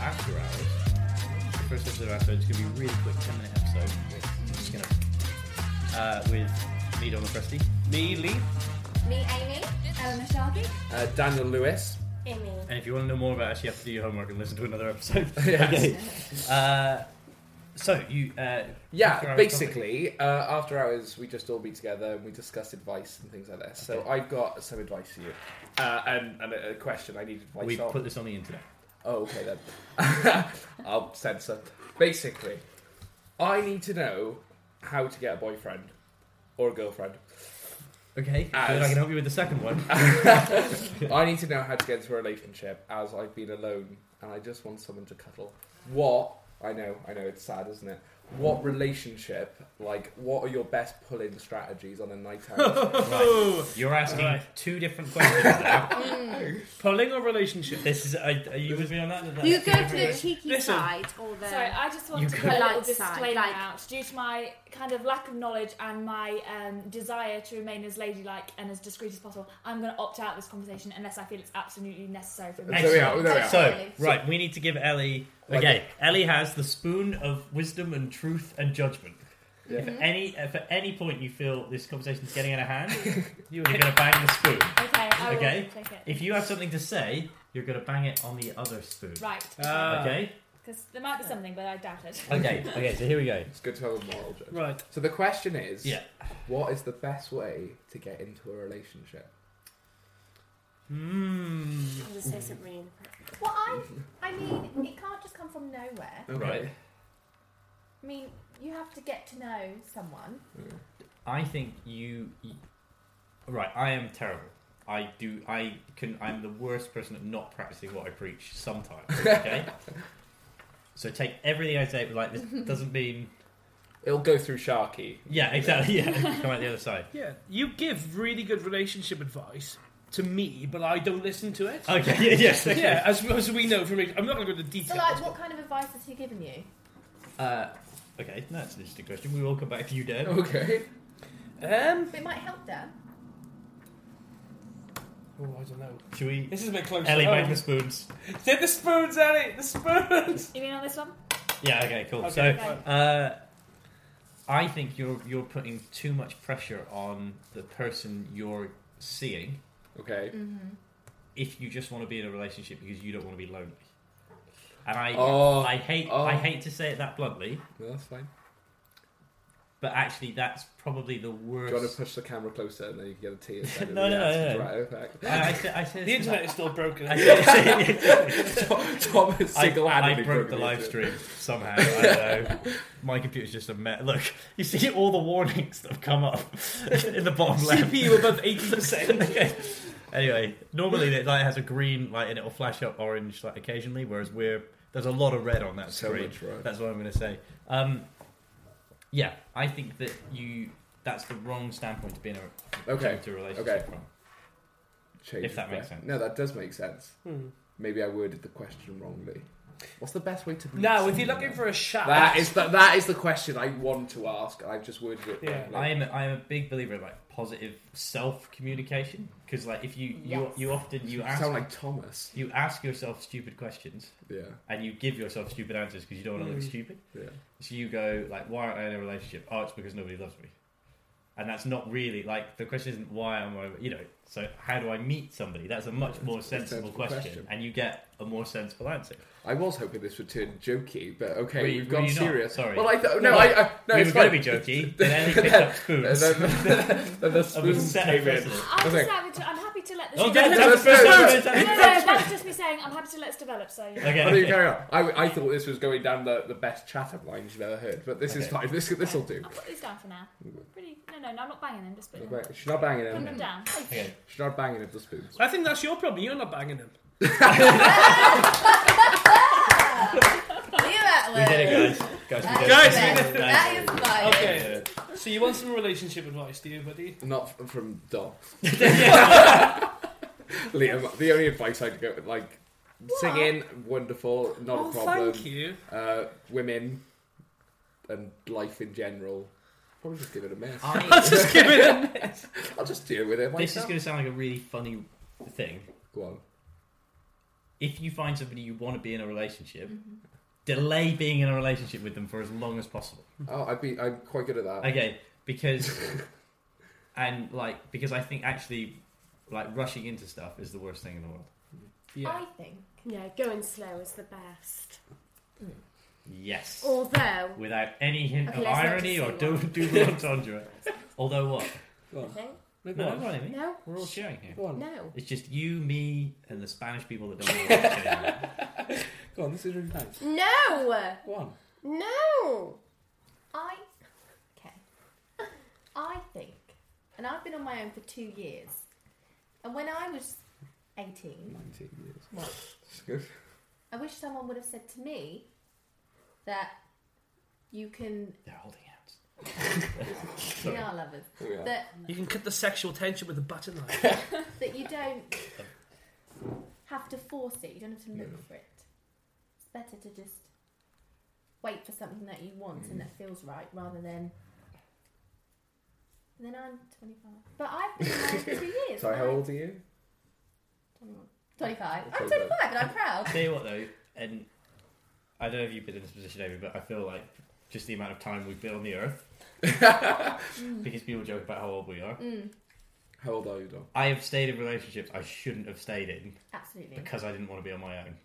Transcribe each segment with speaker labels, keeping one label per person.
Speaker 1: after hours. The first episode of after hours is going to be a really quick, 10 minute episode. We're just going to. Uh, with me, Donald Presty.
Speaker 2: Me, Lee.
Speaker 3: Me, Amy. Eleanor Sharkey.
Speaker 4: Uh, Daniel Lewis.
Speaker 3: Amy.
Speaker 1: And if you want to know more about us, you have to do your homework and listen to another episode.
Speaker 4: Yes.
Speaker 1: Okay. Uh, so, you. Uh, after
Speaker 4: Yeah,
Speaker 1: hours
Speaker 4: basically, uh, after hours, we just all be together and we discuss advice and things like that. So
Speaker 1: Okay.
Speaker 4: I've got some advice for you, uh, and, and a, a question I need advice
Speaker 1: topic, we
Speaker 4: on.
Speaker 1: put this on the internet.
Speaker 4: Oh, okay then. I'll censor. Basically, I need to know how to get a boyfriend or a girlfriend.
Speaker 1: Okay. so
Speaker 4: As-
Speaker 1: I can help you with the second one.
Speaker 2: Oh.
Speaker 4: I need to know how to get into a relationship as I've been alone and I just want someone to cuddle. What I know, I know it's sad, isn't it? What relationship, like, what are your best pull-in strategies on a night out?
Speaker 1: Right. You're asking
Speaker 2: Right.
Speaker 1: two different questions now.
Speaker 2: Polling or relationship?
Speaker 1: this is. Are, are you with me on that? Is that-
Speaker 3: You go to the cheeky
Speaker 2: Listen.
Speaker 3: side or the.
Speaker 5: Sorry, I just want
Speaker 1: You
Speaker 5: to
Speaker 1: could-
Speaker 5: put a little
Speaker 3: Polite side,
Speaker 5: disclaimer
Speaker 3: like-
Speaker 5: out due to my kind of lack of knowledge and my um, desire to remain as ladylike and as discreet as possible. I'm going to opt out of this conversation unless I feel it's absolutely necessary for me.
Speaker 4: There we are, there we are.
Speaker 1: So, right, we need to give Ellie. Okay,
Speaker 4: Like
Speaker 1: Ellie has the spoon of wisdom and truth and judgment.
Speaker 4: Yeah.
Speaker 1: If at any, if at any point you feel this conversation's getting out of hand, you're going to bang the spoon.
Speaker 5: Okay, I will
Speaker 1: Okay.
Speaker 5: take it.
Speaker 1: If you have something to say, you're going to bang it on the other spoon.
Speaker 5: Right.
Speaker 2: Ah.
Speaker 1: Okay.
Speaker 5: Because there might be something, but I doubt it.
Speaker 1: Okay. Okay. So here we go.
Speaker 4: it's good to have a moral judge.
Speaker 2: Right.
Speaker 4: So the question is,
Speaker 1: Yeah.
Speaker 4: what is the best way to get into a relationship?
Speaker 1: Hmm.
Speaker 3: I'm going to say something really inappropriate.
Speaker 5: Well, I, I mean, it can't just come from nowhere.
Speaker 1: Right.
Speaker 5: I mean, you have to get to know someone.
Speaker 4: Mm.
Speaker 1: I think you, you. Right, I am terrible. I do. I can. I'm the worst person at not practicing what I preach. Sometimes, okay. so take everything I say, but like this doesn't mean.
Speaker 4: It'll go through Sharky.
Speaker 1: Yeah, exactly. Yeah, come out the other side.
Speaker 2: Yeah. You give really good relationship advice to me, but I don't listen to it.
Speaker 1: Okay. Yeah. Yes. Okay.
Speaker 2: yeah, as, as we know from I'm not going to go into
Speaker 5: So,
Speaker 2: detail.
Speaker 5: like, what kind of advice has he given you?
Speaker 1: Uh, okay. That's an interesting question. We will come back to you, Dan.
Speaker 4: Okay.
Speaker 2: Um.
Speaker 5: It might help them.
Speaker 2: Oh, I don't know.
Speaker 1: Should we?
Speaker 2: This is a bit close.
Speaker 1: Ellie,
Speaker 2: to
Speaker 1: bang
Speaker 2: home.
Speaker 1: the spoons.
Speaker 2: Get the spoons, Ellie. The spoons.
Speaker 5: You mean on this one?
Speaker 1: Yeah. Okay. Cool. so.
Speaker 2: Okay, right.
Speaker 1: Uh, I think you're you're putting too much pressure on the person you're seeing
Speaker 4: Okay.
Speaker 1: if you just want to be in a relationship because you don't want to be lonely. And I
Speaker 4: Oh,
Speaker 1: I hate
Speaker 4: oh.
Speaker 1: I hate to say it that bluntly,
Speaker 4: No, that's fine.
Speaker 1: but actually that's probably the
Speaker 4: Do you want to
Speaker 1: worst.
Speaker 4: push the camera closer and then you can get a tea instead of
Speaker 1: No,
Speaker 4: the
Speaker 1: no,
Speaker 4: actual
Speaker 1: no, no.
Speaker 4: dramatic effect?
Speaker 1: I, I, say, I say this
Speaker 2: The
Speaker 1: to-
Speaker 2: internet is still broken.
Speaker 1: I, say-
Speaker 4: Thomas
Speaker 1: I,
Speaker 4: single-handedly
Speaker 1: I broke the
Speaker 4: me
Speaker 1: live
Speaker 4: into it.
Speaker 1: stream somehow. I don't know. My computer's just a mess. Look, you see all the warnings that have come up in the bottom left.
Speaker 2: CPU above eighty percent.
Speaker 1: Okay. Anyway, normally it like has a green light and it'll flash up orange like occasionally, whereas we're there's a lot of red on that
Speaker 4: So
Speaker 1: screen.
Speaker 4: much red.
Speaker 1: That's what I'm going to say. Um, yeah, I think that you that's the wrong standpoint to be in a
Speaker 4: Okay,
Speaker 1: to a relationship
Speaker 4: okay.
Speaker 1: from.
Speaker 4: Change
Speaker 1: If that
Speaker 4: the
Speaker 1: makes
Speaker 4: question.
Speaker 1: sense.
Speaker 4: No, that does make sense.
Speaker 2: Hmm.
Speaker 4: Maybe I worded the question wrongly. What's the best way to meet
Speaker 2: Now, if
Speaker 4: someone
Speaker 2: you're looking
Speaker 4: then?
Speaker 2: for a shot,
Speaker 4: that is the, that is the question I want to ask. I've just worded it.
Speaker 2: Yeah.
Speaker 4: wrongly.
Speaker 1: I am a, I am a big believer in like positive self communication because like if you
Speaker 3: Yes.
Speaker 1: you you often you
Speaker 4: You
Speaker 1: ask
Speaker 4: sound like Thomas.
Speaker 1: you ask yourself stupid questions
Speaker 4: Yeah,
Speaker 1: and you give yourself stupid answers because you don't want to look
Speaker 2: Mm.
Speaker 1: stupid.
Speaker 4: yeah.
Speaker 1: So you go like, why aren't I in a relationship? Oh, it's because nobody loves me. And that's not really like the question isn't why am I, you know. So how do I meet somebody? That's a much
Speaker 4: It's
Speaker 1: more
Speaker 4: a sensible
Speaker 1: sensible question,
Speaker 4: question.
Speaker 1: and you get a more sensible answer.
Speaker 4: I was hoping this would turn jokey, but okay,
Speaker 1: Were you-
Speaker 4: we've
Speaker 1: were
Speaker 4: gone
Speaker 1: you not?
Speaker 4: serious.
Speaker 1: Sorry.
Speaker 4: Well, I thought no,
Speaker 1: No,
Speaker 4: I, I no.
Speaker 1: we
Speaker 4: it's
Speaker 1: were going to
Speaker 4: fine.
Speaker 1: be jokey, then Ellie picked up
Speaker 4: And
Speaker 1: spoons.
Speaker 4: then- then the
Speaker 1: Of a
Speaker 4: spoons
Speaker 1: set
Speaker 4: came in.
Speaker 1: precedent.
Speaker 5: I'm,
Speaker 4: Okay.
Speaker 5: just happy to, I'm happy to let this.
Speaker 1: Oh,
Speaker 2: that-
Speaker 1: that's- that's-
Speaker 4: that's- that's-
Speaker 5: no, no,
Speaker 1: that's-
Speaker 5: no, that's just me saying I'm happy to let us develop. So yeah.
Speaker 4: I, think
Speaker 1: Okay.
Speaker 4: you carry on. I, I thought this was going down the, the best Chatham lines you've ever heard, but this is
Speaker 1: Okay.
Speaker 4: fine. This this will do.
Speaker 5: I'll put these down for now. Pretty. No, no, no, I'm not banging them. Just putting them.
Speaker 4: Right, She's not banging
Speaker 5: Putting them
Speaker 4: him.
Speaker 5: down.
Speaker 1: Okay.
Speaker 4: She's not banging him with the spoons.
Speaker 2: I think that's your problem. You're not banging them.
Speaker 1: We did it, guys. Guys, we did
Speaker 2: Guys,
Speaker 1: it.
Speaker 3: That is life.
Speaker 2: Okay. So you want some relationship advice, do you, buddy?
Speaker 4: Not f- from Dom. Liam, the only advice I'd go like singing, wonderful, not
Speaker 2: oh,
Speaker 4: a problem.
Speaker 2: thank you.
Speaker 4: Uh, women and life in general. Probably just give it a miss.
Speaker 1: I-
Speaker 2: Just give it a
Speaker 4: I'll just deal with it
Speaker 1: Ah. this is
Speaker 4: myself.
Speaker 1: going to sound like a really funny thing,
Speaker 4: Go on.
Speaker 1: if you find somebody you want to be in a relationship, delay being in a relationship with them for as long as possible.
Speaker 4: Oh, I'd be. I'm quite good at that.
Speaker 1: Okay, because and like because I think actually like rushing into stuff is the worst thing in the world.
Speaker 2: Yeah.
Speaker 5: I think.
Speaker 3: Yeah, going slow is the best.
Speaker 1: Yes.
Speaker 3: Although,
Speaker 1: Without any hint
Speaker 3: Okay,
Speaker 1: of
Speaker 3: let's not
Speaker 1: irony or
Speaker 3: just say
Speaker 1: do
Speaker 3: that.
Speaker 1: do the entendre. Although what?
Speaker 4: Go on.
Speaker 3: okay,
Speaker 4: No, go
Speaker 1: No, I'm
Speaker 4: on.
Speaker 1: not aiming.
Speaker 3: no,
Speaker 1: We're all sharing here.
Speaker 4: Go on.
Speaker 3: no.
Speaker 1: It's just you, me, and the Spanish people that don't. want to share.
Speaker 4: Go on. This is really nice.
Speaker 3: No!
Speaker 4: Go on.
Speaker 3: No!
Speaker 6: I okay. I think, and I've been on my own for two years, and when I was eighteen,
Speaker 4: Nineteen years.
Speaker 6: What?
Speaker 4: It's good.
Speaker 6: I wish someone would have said to me that you can.
Speaker 1: They're holding hands.
Speaker 6: We are lovers.
Speaker 4: Here we are.
Speaker 6: That
Speaker 2: You can cut the sexual tension with a butter knife.
Speaker 6: that you don't have to force it. You don't have to look
Speaker 4: No.
Speaker 6: for it. It's better to just wait for something that you want and
Speaker 4: Mm.
Speaker 6: that feels right, rather than. Then I'm 25, but I've been married for two years.
Speaker 4: Sorry,
Speaker 6: and
Speaker 4: how
Speaker 6: I-
Speaker 4: old are you?
Speaker 6: 25. I'm
Speaker 4: 25.
Speaker 6: 25 and I'm proud.
Speaker 1: Tell you what though, and I don't know if you've been in this position, Amy, but I feel like just the amount of time we've been on the earth,
Speaker 6: Mm.
Speaker 1: because people joke about how old we are.
Speaker 4: How old are you, Dom?
Speaker 1: I have stayed in relationships I shouldn't have stayed in
Speaker 6: Absolutely.
Speaker 1: because I didn't want to be on my own,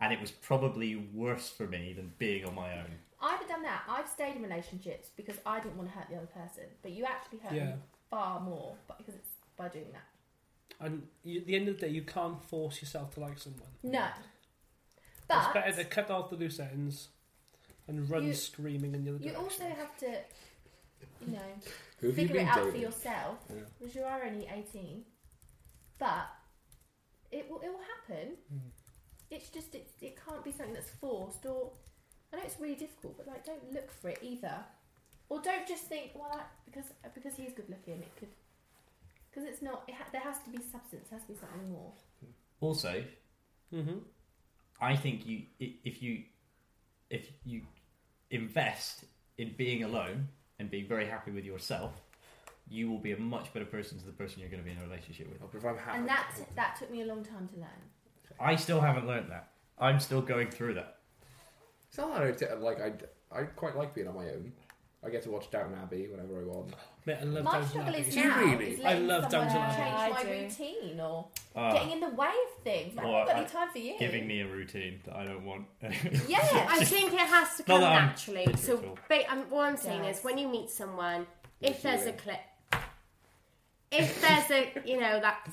Speaker 1: and it was probably worse for me than being on my own.
Speaker 6: I've done that. I've stayed in relationships because I didn't want to hurt the other person, but you actually hurt
Speaker 2: Yeah.
Speaker 6: them far more but because it's by doing that.
Speaker 2: And you, at the end of the day, you can't force yourself to like someone.
Speaker 6: No.
Speaker 2: it's
Speaker 6: But
Speaker 2: better to cut off the loose ends and run
Speaker 6: You-
Speaker 2: screaming in the other
Speaker 6: you
Speaker 2: direction.
Speaker 6: also have to, you know,
Speaker 4: Who have
Speaker 6: figure
Speaker 4: you
Speaker 6: it
Speaker 4: been
Speaker 6: out for
Speaker 4: dating?
Speaker 6: yourself
Speaker 4: Yeah.
Speaker 6: because you are only 18. But it will, it will happen.
Speaker 4: Hmm.
Speaker 2: Mm.
Speaker 6: It's just, it, it can't be something that's forced or. I know it's really difficult, but like, don't look for it either. Or don't just think, well, that, because because he's good looking, it could. Because it's not. It ha- there has to be substance. There has to be something more.
Speaker 1: Also,
Speaker 2: Mm-hmm.
Speaker 1: I think you i- if you if you invest in being alone and being very happy with yourself, you will be a much better person to the person you're going to be in a relationship with.
Speaker 4: Oh, but if I'm happy.
Speaker 6: And that t- that took me a long time to learn.
Speaker 1: I still haven't learned that. I'm still going through that.
Speaker 4: It's not that I d- like. I, d- I quite like being on my own. I get to watch Downton Abbey whenever I want.
Speaker 2: Mate, I love
Speaker 6: My
Speaker 2: Downton
Speaker 6: struggle
Speaker 2: Abbey.
Speaker 6: is
Speaker 4: Do you
Speaker 6: now
Speaker 4: really?
Speaker 6: is
Speaker 2: I
Speaker 6: letting
Speaker 2: love
Speaker 6: someone
Speaker 2: Downton
Speaker 6: change
Speaker 5: Abbey. I
Speaker 6: my
Speaker 5: do.
Speaker 6: routine or
Speaker 1: Ah,
Speaker 6: getting in the way of things. Like,
Speaker 1: Well,
Speaker 6: I've got
Speaker 1: I-
Speaker 6: any time for you.
Speaker 1: giving me a routine that I don't want.
Speaker 6: yeah,
Speaker 3: I think it has to
Speaker 1: Not
Speaker 3: come
Speaker 1: that I'm
Speaker 3: naturally. So,
Speaker 1: particular.
Speaker 3: ba- um, what I'm saying
Speaker 6: Yes.
Speaker 3: is, when you meet someone,
Speaker 4: Yes,
Speaker 3: if
Speaker 4: you
Speaker 3: there's a
Speaker 4: will.
Speaker 3: clip, if there's a you know that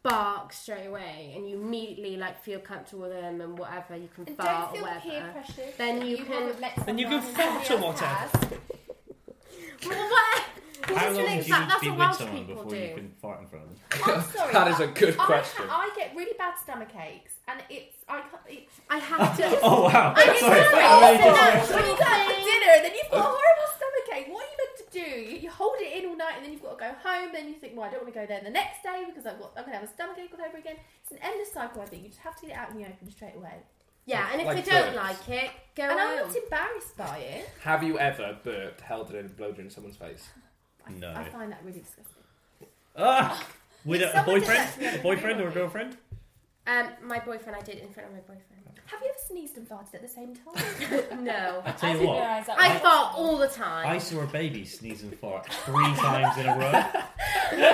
Speaker 3: spark straight away, and you immediately like feel comfortable with them and whatever, you can
Speaker 6: And
Speaker 3: fart
Speaker 6: don't
Speaker 3: or
Speaker 6: feel peer
Speaker 3: whatever.
Speaker 6: pressure.
Speaker 3: Then
Speaker 6: that
Speaker 3: you can-
Speaker 6: haven't met
Speaker 2: Then you can
Speaker 6: someone
Speaker 2: fart
Speaker 6: somebody
Speaker 2: or
Speaker 6: else
Speaker 2: whatever.
Speaker 6: has.
Speaker 3: Well, what?
Speaker 1: How long
Speaker 3: Isn't
Speaker 1: do you
Speaker 3: it-
Speaker 1: need
Speaker 3: that-
Speaker 1: to
Speaker 3: that's
Speaker 1: be
Speaker 3: what
Speaker 1: with
Speaker 3: Welsh
Speaker 1: someone
Speaker 3: people
Speaker 1: before
Speaker 3: do.
Speaker 1: you can fart in front of them?
Speaker 6: I'm sorry.
Speaker 4: That is a good
Speaker 6: but I
Speaker 4: question.
Speaker 6: ha- I, get really bad stomach aches, and it's I can't. It's,
Speaker 3: I have to.
Speaker 1: Oh wow!
Speaker 3: I mean,
Speaker 1: Sorry.
Speaker 3: sorry,
Speaker 1: I made
Speaker 3: also
Speaker 1: this-
Speaker 3: not
Speaker 6: when you go out for dinner, and then you've got a
Speaker 1: Uh.
Speaker 6: horrible stomach ache. What are you meant to do? You, you hold it in all night, and then you've got to go home. Then you think, well, I don't want to go there the next day because I've got, I'm going to have a stomach ache all over again. It's an endless cycle. I think you just have to get it out in the open straight away.
Speaker 3: Yeah, and if
Speaker 4: Like
Speaker 3: they don't
Speaker 4: birds.
Speaker 3: like it, go
Speaker 6: And I'm
Speaker 3: out.
Speaker 6: not embarrassed by it.
Speaker 4: Have you ever burped, held it in, and blowed it in someone's face?
Speaker 1: No.
Speaker 6: I find that really disgusting.
Speaker 1: Ah! With a, a
Speaker 6: Someone did
Speaker 1: boyfriend,
Speaker 6: that to me
Speaker 1: a
Speaker 6: the
Speaker 1: boyfriend or a
Speaker 6: other day.
Speaker 1: girlfriend?
Speaker 3: Um, my boyfriend, I did it in front of my boyfriend.
Speaker 6: Have you ever sneezed and farted at the same time?
Speaker 3: No,
Speaker 1: I tell
Speaker 5: I
Speaker 1: you
Speaker 5: didn't
Speaker 1: what,
Speaker 5: realise that.
Speaker 3: I
Speaker 5: was-
Speaker 3: fart all
Speaker 1: I
Speaker 3: the time.
Speaker 1: saw a baby sneeze and fart three times in a row,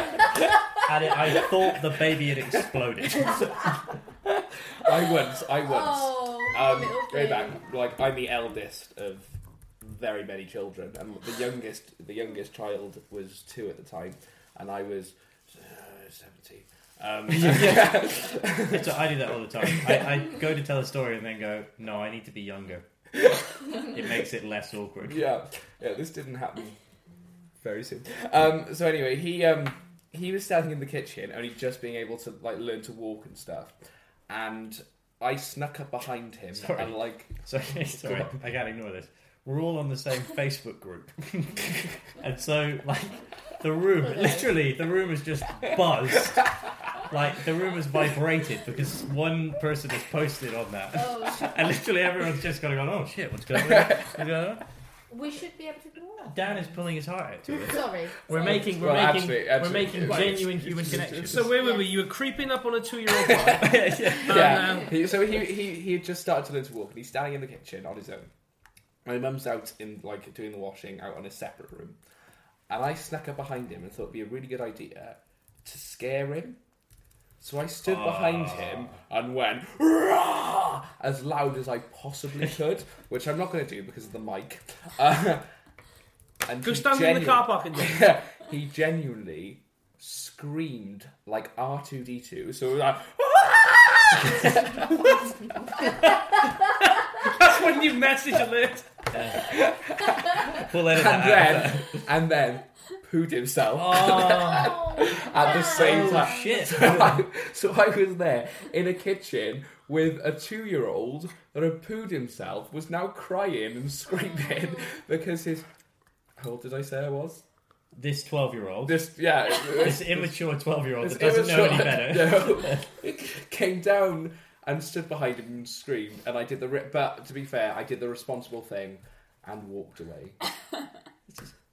Speaker 1: and it, I thought the baby had exploded.
Speaker 4: I once, I once.
Speaker 6: Oh,
Speaker 4: Um,
Speaker 6: little
Speaker 4: going
Speaker 6: thing.
Speaker 4: back, like I'm the eldest of very many children, and the youngest, the youngest child was two at the time, and I was uh, seventeen. Um,
Speaker 1: so I do that all the time. I, I go to tell a story and then go, "No, I need to be younger." It makes it less awkward.
Speaker 4: yeah, yeah, this didn't happen very soon. Um, so anyway, he um, he was standing in the kitchen, only just being able to like learn to walk and stuff, and I snuck up behind him
Speaker 1: Sorry.
Speaker 4: and like
Speaker 1: So sorry, I can't ignore this. We're all on the same Facebook group, and so like the room, literally, the room is just buzzed. Like the room is vibrated because one person has posted on that,
Speaker 6: Oh,
Speaker 1: and literally everyone's just kind of gone, "Oh shit, what's going on?" What's going on?
Speaker 6: We should be able to ignore that.
Speaker 1: Dan is pulling his heart out to us.
Speaker 6: Sorry.
Speaker 1: We're
Speaker 6: sorry.
Speaker 1: making, we're
Speaker 4: Well,
Speaker 1: making,
Speaker 4: absolutely, absolutely.
Speaker 1: we're making
Speaker 4: Right.
Speaker 1: genuine human connections.
Speaker 2: So where were we?
Speaker 6: Yeah.
Speaker 2: You were creeping up on a two-year-old boy.
Speaker 1: yeah.
Speaker 4: yeah.
Speaker 2: Um,
Speaker 4: He, so he, he he had just started to learn to walk, and he's standing in the kitchen on his own. My mum's out in like doing the washing out on a separate room, and I snuck up behind him and thought it'd be a really good idea to scare him. So I stood behind
Speaker 1: Ah.
Speaker 4: him and went Rah! as loud as I possibly could, which I'm not going to do because of the mic. Uh, and
Speaker 2: Go
Speaker 4: he
Speaker 2: stand in the
Speaker 4: genu-
Speaker 2: car park and do it.
Speaker 4: he genuinely screamed like R two D two. So uh, it was like.
Speaker 2: That's when you message alert.
Speaker 1: We'll edit
Speaker 4: and
Speaker 1: that out.
Speaker 4: then and then pooed himself
Speaker 1: Oh,
Speaker 6: Oh,
Speaker 4: at the same
Speaker 1: oh,
Speaker 4: time.
Speaker 1: shit.
Speaker 4: So I, so I was there in a kitchen with a two-year-old that had pooed himself was now crying and screaming because his how old did I say I was?
Speaker 1: This 12 year old,
Speaker 4: This yeah,
Speaker 1: this immature 12 year old
Speaker 4: this
Speaker 1: that doesn't know any
Speaker 4: immature-
Speaker 1: better.
Speaker 4: no, came down and stood behind him and screamed. And I did the re- but to be fair, I did the responsible thing and walked away.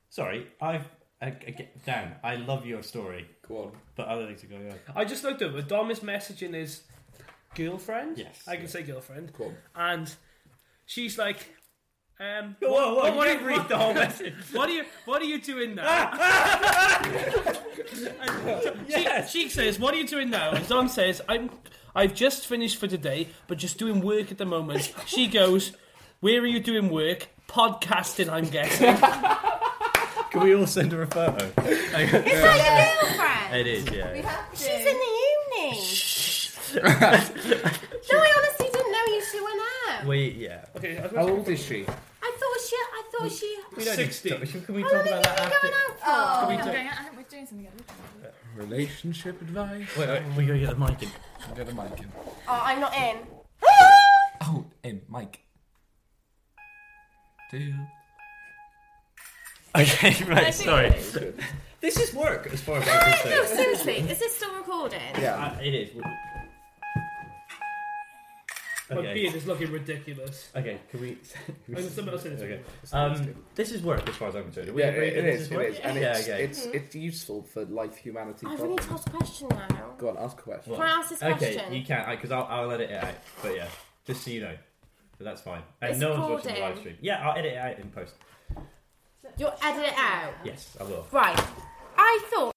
Speaker 1: Sorry, I've. I, I, Dan, I love your story,
Speaker 4: Go on.
Speaker 1: but other things are going on.
Speaker 2: I just looked over. Dom is messaging his girlfriend.
Speaker 1: Yes.
Speaker 2: I can say girlfriend.
Speaker 4: Go on.
Speaker 2: And she's like, um,
Speaker 1: Whoa, whoa,
Speaker 2: what, what,
Speaker 1: you
Speaker 2: are-
Speaker 1: didn't read
Speaker 2: what-
Speaker 1: the whole message.
Speaker 2: What are you? What are you doing now? And she-
Speaker 1: Yes.
Speaker 2: she, says, "What are you doing now?" And Don says, "I'm. I've just finished for today, but just doing work at the moment." She goes, "Where are you doing work? Podcasting, I'm guessing."
Speaker 1: Can we all send her a photo?
Speaker 3: Is that your girlfriend?
Speaker 1: it is, yeah.
Speaker 6: we have to.
Speaker 3: She's in the uni. no, I honestly didn't know you two went out.
Speaker 1: We, yeah.
Speaker 2: okay, I was
Speaker 4: How
Speaker 2: gonna
Speaker 4: old is she?
Speaker 3: I thought she. I thought she.
Speaker 2: We don't need to-
Speaker 1: Can we
Speaker 3: How long
Speaker 1: talk
Speaker 3: have you
Speaker 1: about
Speaker 3: been
Speaker 1: that after?
Speaker 3: going out for?
Speaker 5: Oh,
Speaker 2: we
Speaker 5: I'm
Speaker 2: do-
Speaker 5: going out. I think we're doing something. else.
Speaker 4: Relationship advice.
Speaker 1: Wait, wait, we gotta get the mic in.
Speaker 4: I'm gonna mic him.
Speaker 3: Oh, I'm not in.
Speaker 4: Oh, in Mike. Do you?
Speaker 1: Okay, right, sorry.
Speaker 4: Good.
Speaker 1: This is work, as far as
Speaker 3: No,
Speaker 1: I'm
Speaker 3: no,
Speaker 1: concerned.
Speaker 3: seriously, is this still recording?
Speaker 4: Yeah.
Speaker 1: Uh, it is.
Speaker 2: My beard
Speaker 1: Okay.
Speaker 2: is looking ridiculous.
Speaker 1: Okay, can we?
Speaker 2: And someone else said it's
Speaker 1: Okay.
Speaker 2: okay.
Speaker 1: Um, this is work, as far as I'm concerned. Do we
Speaker 4: Yeah,
Speaker 1: agree
Speaker 4: it,
Speaker 1: that
Speaker 4: it
Speaker 1: this
Speaker 4: is. It is, and
Speaker 1: Yeah,
Speaker 4: it's,
Speaker 1: okay.
Speaker 4: it's it's useful for life, humanity.
Speaker 3: Mm-hmm. I've only
Speaker 4: problems.
Speaker 3: asked a question now.
Speaker 4: Go on, ask a question.
Speaker 3: Can I ask this
Speaker 1: Okay,
Speaker 3: question?
Speaker 1: you can, because I'll, I'll edit it out. But yeah, just so you know, But that's fine. And
Speaker 3: It's
Speaker 1: no one's watching the
Speaker 3: recording.
Speaker 1: live stream. Yeah, I'll edit it out in post.
Speaker 3: You'll edit it out.
Speaker 1: Yes, I will.
Speaker 3: Right. I thought.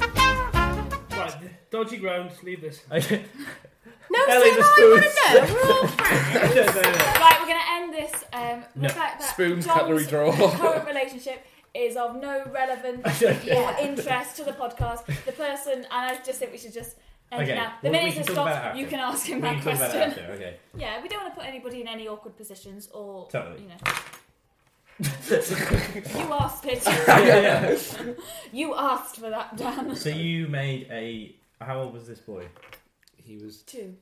Speaker 2: Right, dodgy ground. Leave this.
Speaker 1: Okay.
Speaker 3: No,
Speaker 1: Ellie,
Speaker 3: see
Speaker 1: the
Speaker 3: what I want to know. We're all friends.
Speaker 1: No, no, no.
Speaker 5: Right, we're going to end this. Um, the
Speaker 1: No.
Speaker 5: fact that
Speaker 4: Spoons,
Speaker 5: Dom's
Speaker 4: cutlery, drawer.
Speaker 5: current relationship is of no relevance or
Speaker 3: Yeah.
Speaker 5: interest to the podcast. The person, and I just think we should just end
Speaker 1: Okay,
Speaker 5: it now. The
Speaker 1: well, we
Speaker 5: minute
Speaker 1: can
Speaker 5: it
Speaker 1: talk about it
Speaker 5: stops,
Speaker 1: after.
Speaker 5: you can ask him
Speaker 1: We can
Speaker 5: that
Speaker 1: talk about it
Speaker 5: question.
Speaker 1: after. Okay.
Speaker 5: Yeah, we don't want to put anybody in any awkward positions or,
Speaker 1: Totally.
Speaker 5: you know. you asked it.
Speaker 1: Yeah,
Speaker 5: You asked for that, Dan.
Speaker 1: So you made a. How old was this boy?
Speaker 4: He was
Speaker 5: Two.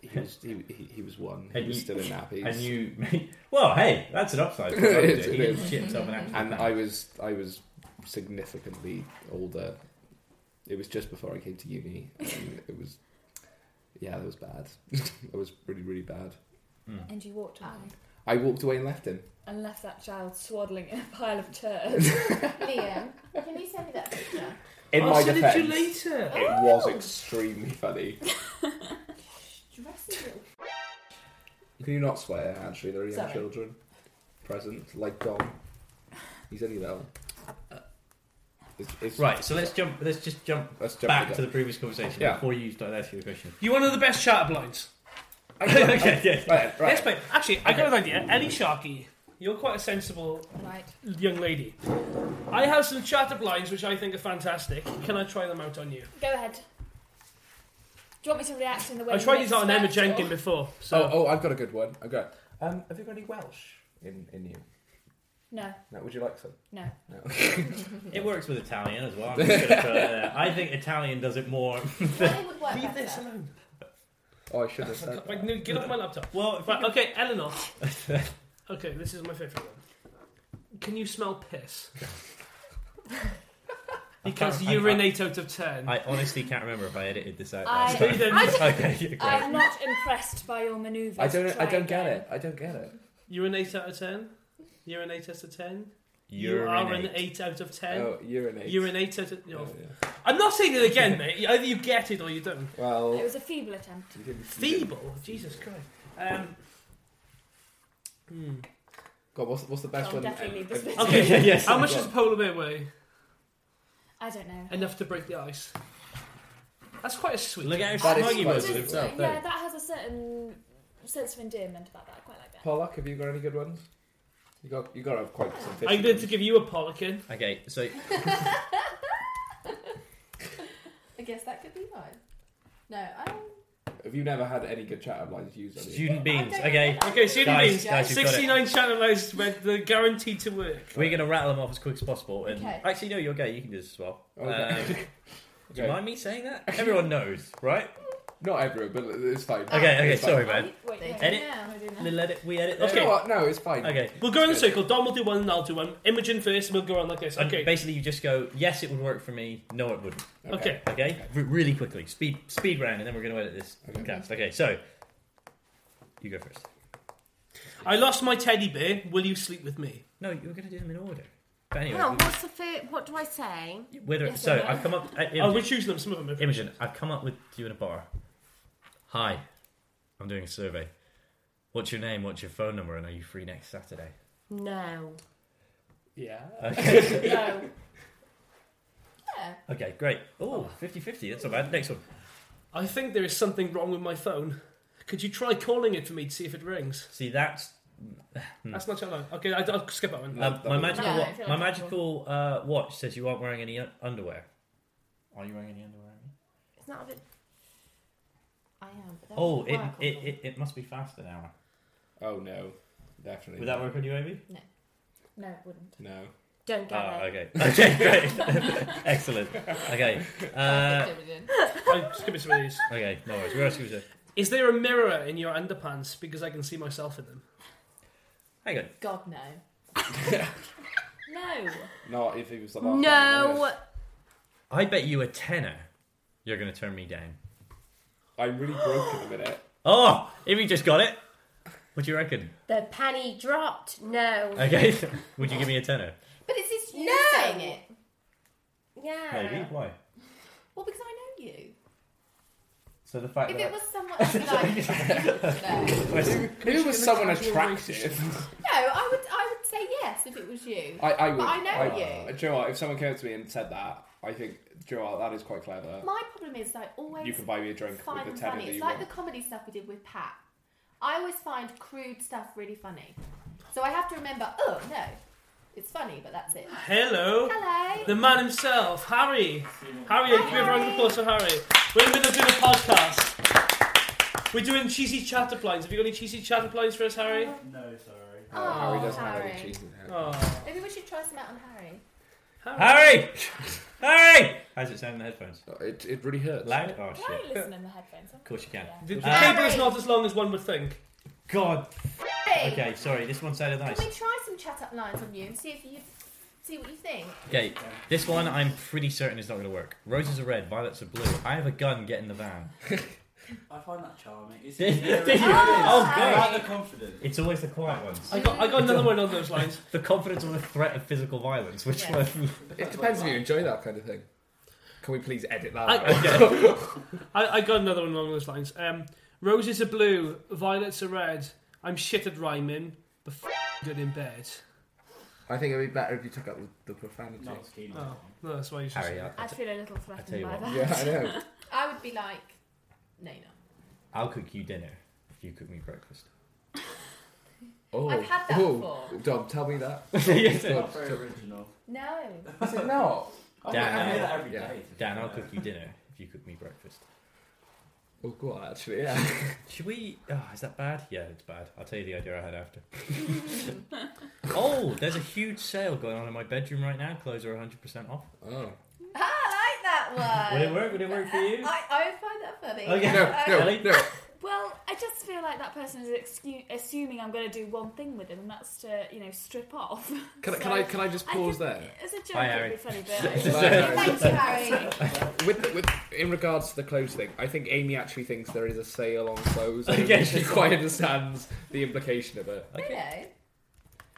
Speaker 4: he was he, he, he was one. He
Speaker 1: And
Speaker 4: was
Speaker 1: you-
Speaker 4: still in nappies.
Speaker 1: And you made. Well, hey, that's an upside. he
Speaker 4: It is, it
Speaker 1: didn't
Speaker 4: is.
Speaker 1: shit himself an actual
Speaker 4: and
Speaker 1: fan.
Speaker 4: I was I was significantly older. It was just before I came to uni. And it was yeah, that was bad. it was really really bad.
Speaker 5: And you walked away
Speaker 4: I walked away and left him.
Speaker 5: and left that child swaddling in a pile of turds.
Speaker 6: Liam, can you send me that picture?
Speaker 4: In
Speaker 2: I'll
Speaker 4: my
Speaker 2: send
Speaker 4: defense,
Speaker 2: it to Oh, you later. Oh.
Speaker 4: it was extremely funny.
Speaker 6: Dressing room.
Speaker 4: Can you not swear? Actually, there are young
Speaker 5: Sorry.
Speaker 4: children present, like Dom. He's only uh, little. It's, it's,
Speaker 1: Hmm. Right, so let's jump. Let's just jump
Speaker 4: Let's jump
Speaker 1: back
Speaker 4: the
Speaker 1: to the previous conversation
Speaker 4: Yeah.
Speaker 1: before you start asking the question.
Speaker 2: You're one of the best chatter blinds.
Speaker 1: okay, yeah.
Speaker 4: Right,
Speaker 2: Yes,
Speaker 4: right.
Speaker 2: mate. Actually, I got an idea. Ellie Sharkey, you're quite a sensible
Speaker 5: right.
Speaker 2: young lady. I have some chatter blinds which I think are fantastic. Can I try them out on you?
Speaker 5: Go ahead. Do you want me to react in the way
Speaker 2: I
Speaker 5: you
Speaker 2: tried these out on Emma
Speaker 5: expect, or-
Speaker 2: Jenkin before.
Speaker 4: Oh,
Speaker 2: So
Speaker 4: oh, I've got a good one. I've got. Um, have you got any Welsh in, in you?
Speaker 5: No,
Speaker 4: No, would you like some?
Speaker 5: no.
Speaker 4: No.
Speaker 1: It works with Italian as well. I'm just gonna put it there. I think Italian does it more.
Speaker 6: Well, it would work
Speaker 2: leave
Speaker 6: better.
Speaker 2: this alone.
Speaker 4: Oh, I should have said.
Speaker 2: Like,
Speaker 4: That.
Speaker 2: no, get off my laptop.
Speaker 1: Well, if
Speaker 2: Right, okay, Eleanor. Okay, this is my favourite one. Can you smell piss? because
Speaker 1: I- I-
Speaker 2: you're in eight out of ten.
Speaker 1: I honestly can't remember if I edited this out.
Speaker 5: I-
Speaker 1: last time.
Speaker 2: I
Speaker 5: just-
Speaker 1: okay, yeah, great.
Speaker 5: I'm not impressed by your manoeuvres.
Speaker 4: I don't.
Speaker 5: Try
Speaker 4: I don't get
Speaker 5: again.
Speaker 4: it. I don't get it.
Speaker 2: You're an eight out of ten. You're an eight out of ten.
Speaker 1: You're
Speaker 2: You are an
Speaker 1: eight.
Speaker 2: eight out of ten.
Speaker 4: Oh, urinate.
Speaker 2: You're an eight out of. No.
Speaker 4: Oh, yeah.
Speaker 2: I'm not saying it again, mate. Either you get it or you don't.
Speaker 5: It
Speaker 4: Well,
Speaker 5: was a feeble attempt.
Speaker 4: you didn't-
Speaker 2: Feeble. Jesus Christ. Um. hmm.
Speaker 4: God, what's, what's the best
Speaker 5: I'll
Speaker 4: one?
Speaker 5: definitely leave this bit.
Speaker 2: Okay.
Speaker 1: Yeah, yes.
Speaker 2: How much
Speaker 4: Go
Speaker 2: does a
Speaker 4: on.
Speaker 2: polar bear weigh?
Speaker 5: I don't know.
Speaker 2: Enough to break the ice. That's quite a sweet.
Speaker 1: Look at how
Speaker 4: That is
Speaker 1: smug he was
Speaker 4: spicy.
Speaker 1: with himself.
Speaker 5: yeah,
Speaker 1: though.
Speaker 5: that has a certain sense of endearment about that. I quite like that.
Speaker 4: Pollock, have you got any good ones? You got. You got to have quite some. fishy
Speaker 2: I'm going
Speaker 4: ones.
Speaker 2: to give you a pollican.
Speaker 1: Okay, so
Speaker 6: I guess that could be mine. No, I'm.
Speaker 4: Have you never had any good chat lines used? have you?
Speaker 1: student beans.
Speaker 6: I don't
Speaker 1: Okay,
Speaker 6: know.
Speaker 2: Okay, so
Speaker 1: Guys,
Speaker 2: means
Speaker 1: guys, you've got it.
Speaker 2: 69 channel lives went they're guaranteed to work.
Speaker 1: we're gonna rattle them off as quick as possible. And
Speaker 6: Okay.
Speaker 1: actually, no, you're gay. You can do this as well.
Speaker 4: Okay.
Speaker 1: Um, Do
Speaker 4: Okay.
Speaker 1: you mind me saying that? Everyone knows, right?
Speaker 4: Not everyone, but it's fine.
Speaker 1: Okay, okay,
Speaker 4: It's fine.
Speaker 1: sorry, man.
Speaker 5: Wait,
Speaker 6: They-
Speaker 5: no.
Speaker 1: Edit.
Speaker 6: Yeah, I'm doing that.
Speaker 1: Little edit, we edit.
Speaker 4: You
Speaker 1: there.
Speaker 4: know what? No, it's fine.
Speaker 1: Okay.
Speaker 2: We'll go in a
Speaker 4: Good.
Speaker 2: circle. Dom will do one and I'll do one. Imogen first and we'll go on like this.
Speaker 1: And
Speaker 2: Okay.
Speaker 1: Basically, you just go. Yes, it would work for me. No, it wouldn't.
Speaker 2: Okay.
Speaker 1: Okay. R- really quickly, speed speed round, and then we're gonna edit this
Speaker 4: Okay.
Speaker 1: cast. Okay, so you go first.
Speaker 2: I lost my teddy bear. Will you sleep with me?
Speaker 1: No, you were gonna do them in order. But anyway,
Speaker 3: Hang on, what's the fir- what do I say?
Speaker 1: whether
Speaker 3: Yes
Speaker 1: so,
Speaker 3: or no?
Speaker 1: I've come up. Uh, Imogen,
Speaker 2: Oh, we're choosing them. Some of them. Are
Speaker 1: Imogen, I've come up with you in a bar. Hi, I'm doing a survey. What's your name? What's your phone number? And are you free next Saturday?
Speaker 3: No.
Speaker 4: Yeah.
Speaker 1: Okay.
Speaker 6: No. yeah.
Speaker 1: okay. Great. Oh, 50-50. That's not bad. Next one.
Speaker 2: I think there is something wrong with my phone. Could you try calling it for me to see if it rings?
Speaker 1: See, that's Hmm.
Speaker 2: That's not channel. Okay, I, will skip that one.
Speaker 4: No,
Speaker 1: Um,
Speaker 4: that
Speaker 1: my
Speaker 4: would-
Speaker 1: magical,
Speaker 6: Yeah, I
Speaker 1: wa-
Speaker 6: feel like
Speaker 1: my
Speaker 6: that
Speaker 1: magical uh, watch says you aren't wearing any un- underwear. Are you wearing any underwear?
Speaker 3: It's not a bit.
Speaker 6: I am. But that
Speaker 1: Oh,
Speaker 6: doesn't
Speaker 1: it,
Speaker 6: work on
Speaker 1: it,
Speaker 6: them.
Speaker 1: it, it must be fast an hour.
Speaker 4: Oh no, definitely.
Speaker 1: Would that
Speaker 4: not.
Speaker 1: work on you, Amy?
Speaker 5: No, it wouldn't.
Speaker 4: No.
Speaker 3: Don't get
Speaker 1: Ah,
Speaker 3: it.
Speaker 1: okay. Okay, great. Excellent. Okay. Uh,
Speaker 6: That's Imogen.
Speaker 2: I'll skip some of these.
Speaker 1: okay, no worries. Where else can we say?
Speaker 2: Is there a mirror in your underpants because I can see myself in them?
Speaker 1: Hang on.
Speaker 6: God no. no.
Speaker 4: Not if he was the last one on the
Speaker 3: No.
Speaker 4: list.
Speaker 1: I bet you a tenner you're going to turn me down.
Speaker 4: I'm really broke in a minute.
Speaker 1: Oh, Amy just got it. What do you reckon?
Speaker 3: The penny dropped. No.
Speaker 1: Okay. Would you give me a tenner?
Speaker 6: But it's this you
Speaker 3: No.
Speaker 6: saying it.
Speaker 3: Yeah.
Speaker 1: Maybe. Why?
Speaker 6: Well, because I know you.
Speaker 1: So the
Speaker 4: Uh,
Speaker 1: fact
Speaker 6: If
Speaker 1: that.
Speaker 6: it was someone else, like no.
Speaker 4: Who was someone attractive?
Speaker 6: no, I would I would say yes if it was you.
Speaker 4: I, I would. Uh,
Speaker 6: But I know you.
Speaker 4: Do you know what? If someone came up to me and said that, I think, do you know what? That is quite clever.
Speaker 6: My problem is I always
Speaker 4: You can buy me a drink
Speaker 6: find
Speaker 4: with
Speaker 6: them
Speaker 4: the tenner
Speaker 6: funny.
Speaker 4: that
Speaker 6: It's
Speaker 4: you
Speaker 6: like
Speaker 4: want.
Speaker 6: the comedy stuff we did with Pat. I always find crude stuff really funny, so I have to remember. Oh no, it's funny, but that's it.
Speaker 2: Hello.
Speaker 6: Hello.
Speaker 2: The man himself, Harry. Harry, give me a round of applause for Harry. We're in the middle of doing a podcast. We're doing cheesy chatter plines. Have you got any cheesy chatter plines for us, Harry?
Speaker 7: No, sorry.
Speaker 4: Uh, Harry
Speaker 6: Oh,
Speaker 4: doesn't have
Speaker 6: Harry.
Speaker 4: any cheese in him.
Speaker 2: Oh,
Speaker 6: Maybe we should try some out on Harry.
Speaker 2: Harry.
Speaker 1: Harry! Harry! How's it sound in the headphones?
Speaker 4: It, it really hurts.
Speaker 1: Loud? Oh,
Speaker 5: Can I
Speaker 1: shit.
Speaker 5: listen in the headphones? Of
Speaker 1: course you can.
Speaker 2: The, the
Speaker 1: Harry!
Speaker 2: cable is not as long as one would think.
Speaker 1: God.
Speaker 6: Hey,
Speaker 1: Okay, sorry. This one sounded
Speaker 6: can
Speaker 1: nice.
Speaker 6: we try some chat up lines on you and see if you see what you think?
Speaker 1: Okay, this one I'm pretty certain is not going to work. Roses are red, violets are blue. I have a gun. Get in the van.
Speaker 7: I find that charming. It's
Speaker 1: Did-
Speaker 7: it's-
Speaker 1: did you?
Speaker 7: I
Speaker 1: Oh,
Speaker 7: like the confidence.
Speaker 1: It's always the quiet ones.
Speaker 2: I got, I got another one on those lines.
Speaker 1: The confidence or the threat of physical violence. Which
Speaker 6: Yeah.
Speaker 1: one?
Speaker 4: It depends if you enjoy that kind of thing. Can we please edit that?
Speaker 2: I-
Speaker 4: out?
Speaker 2: I, I got another one along those lines. Um, roses are blue, violets are red. I'm shit at rhyming, but f- good in bed.
Speaker 4: I think it'd be better if you took out the, the profanity.
Speaker 7: Not as keen on
Speaker 2: Oh,
Speaker 7: that one.
Speaker 2: no, that's why you should.
Speaker 1: Harry, I,
Speaker 5: I feel a little threatened
Speaker 1: tell you
Speaker 5: by
Speaker 1: what.
Speaker 5: that.
Speaker 4: Yeah, I know.
Speaker 6: I would be like, no, no.
Speaker 1: I'll cook you dinner if you cook me breakfast.
Speaker 4: Oh,
Speaker 6: I've had that
Speaker 4: oh,
Speaker 6: before.
Speaker 4: Dom, tell me that.
Speaker 1: Yes.
Speaker 4: Dom,
Speaker 7: Not very
Speaker 4: Dom.
Speaker 7: original.
Speaker 6: No.
Speaker 4: Is it not?
Speaker 7: I
Speaker 1: Dan,
Speaker 7: think I hear that every
Speaker 4: yeah.
Speaker 7: day, to be
Speaker 1: Dan, I'll
Speaker 7: fair.
Speaker 1: cook you dinner if you cook me breakfast.
Speaker 4: Oh, God, actually, yeah.
Speaker 1: Should we? Oh, is that bad? Yeah, it's bad. I'll tell you the idea I had after. oh, there's a huge sale going on in my bedroom right now. Clothes are 100% off.
Speaker 4: Oh.
Speaker 6: Ah, I like that one.
Speaker 1: Would it work? Would it work for you?
Speaker 6: I, I would find that funny.
Speaker 1: Okay.
Speaker 4: No,
Speaker 6: I-
Speaker 4: no,
Speaker 1: Ellie?
Speaker 4: no.
Speaker 5: Well, I just feel like that person is excu- assuming I'm going to do one thing with him, and that's to you know strip off.
Speaker 4: Can, I
Speaker 5: So
Speaker 4: can I can I just
Speaker 5: I
Speaker 4: pause
Speaker 5: could-
Speaker 4: there?
Speaker 5: As a joke,
Speaker 1: Hi,
Speaker 5: it'd be
Speaker 1: Aaron.
Speaker 5: funny, but
Speaker 6: Thanks, Harry.
Speaker 4: With, with in regards to the clothes thing, I think Amy actually thinks there is a sale on clothes. I don't
Speaker 1: Yeah,
Speaker 4: think she
Speaker 1: she's
Speaker 4: quite understands the implication of it.
Speaker 6: Hello.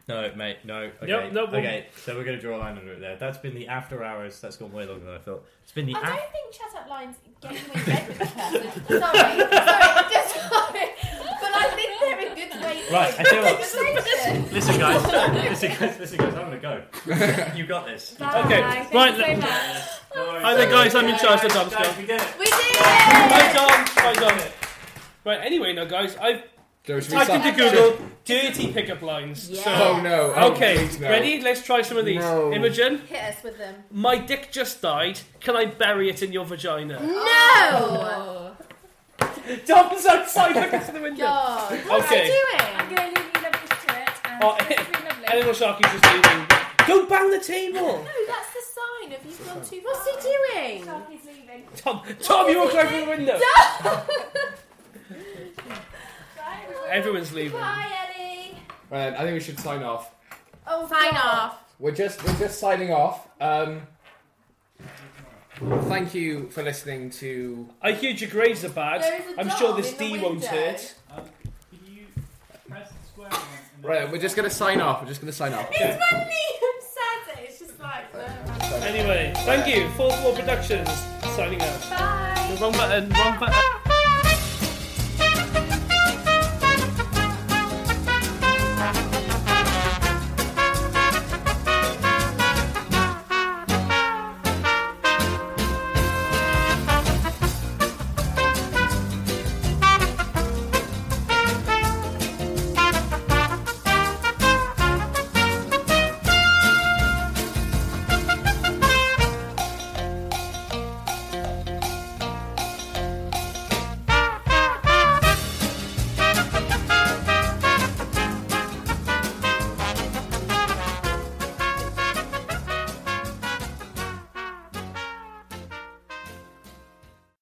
Speaker 1: No, mate, no. Okay,
Speaker 2: Yep, no, we'll-
Speaker 1: okay. So we're gonna draw a line under it there. That's been the after hours. That's gone way longer than I thought. It's been the
Speaker 6: I
Speaker 1: after.
Speaker 6: don't think chat up lines get you in bed with the person. Sorry, sorry, just sorry. But I think they're a good way to
Speaker 1: Right, I tell you what.
Speaker 6: conversation.
Speaker 1: Listen, guys. listen, guys. Listen, guys. I'm gonna go. you got this.
Speaker 5: Bye.
Speaker 2: Okay,
Speaker 5: Thank
Speaker 2: right,
Speaker 5: you so
Speaker 2: let-
Speaker 5: much.
Speaker 2: Hi there, guys. I'm in charge of the
Speaker 7: Guys,
Speaker 2: dumpster.
Speaker 7: we did it.
Speaker 6: We did
Speaker 2: I done. I done it. Right. Anyway, now guys, I've
Speaker 4: Joe, should we
Speaker 2: typed
Speaker 4: start-
Speaker 2: into Google dirty pickup lines.
Speaker 3: Yeah.
Speaker 4: Oh no!
Speaker 2: So,
Speaker 4: Oh,
Speaker 2: okay,
Speaker 4: please, no.
Speaker 2: ready? Let's try some of these.
Speaker 4: No.
Speaker 2: Imogen,
Speaker 6: it. Hit us with them.
Speaker 2: my dick just died. Can I bury it in your vagina?
Speaker 3: No!
Speaker 6: Oh.
Speaker 2: Dom's outside. Look out the window.
Speaker 6: God.
Speaker 3: What
Speaker 2: Okay.
Speaker 3: am I
Speaker 5: I'm
Speaker 3: doing?
Speaker 5: going to leave you lovely to it, and
Speaker 2: Oh,
Speaker 5: it's been lovely.
Speaker 2: Eleanor Sharkey's just leaving. Go bang the table.
Speaker 6: No, that's the sign of you've gone too
Speaker 3: What's
Speaker 6: far.
Speaker 3: he doing?
Speaker 5: Sharky's leaving.
Speaker 2: Tom, Tom, you walked over the window.
Speaker 5: Bye, everyone.
Speaker 2: Everyone's leaving.
Speaker 6: Bye, Ellie.
Speaker 4: Right, I think we should sign off.
Speaker 6: Oh,
Speaker 3: Sign
Speaker 6: God.
Speaker 3: off.
Speaker 4: We're just we're just signing off. Um, thank you for listening to.
Speaker 2: I hear your grades are bad.
Speaker 6: There is a
Speaker 2: I'm sure
Speaker 6: dog
Speaker 2: this
Speaker 6: in the
Speaker 2: D won't
Speaker 6: window.
Speaker 2: hurt.
Speaker 7: Um, can you press the square one? and then-
Speaker 4: Right, we're just gonna sign off. We're just gonna sign off.
Speaker 6: It's when Liam says it, it's just like, no.
Speaker 2: Anyway, thank you. Full Floor Productions signing out.
Speaker 6: Bye.
Speaker 2: Wrong button. Wrong button.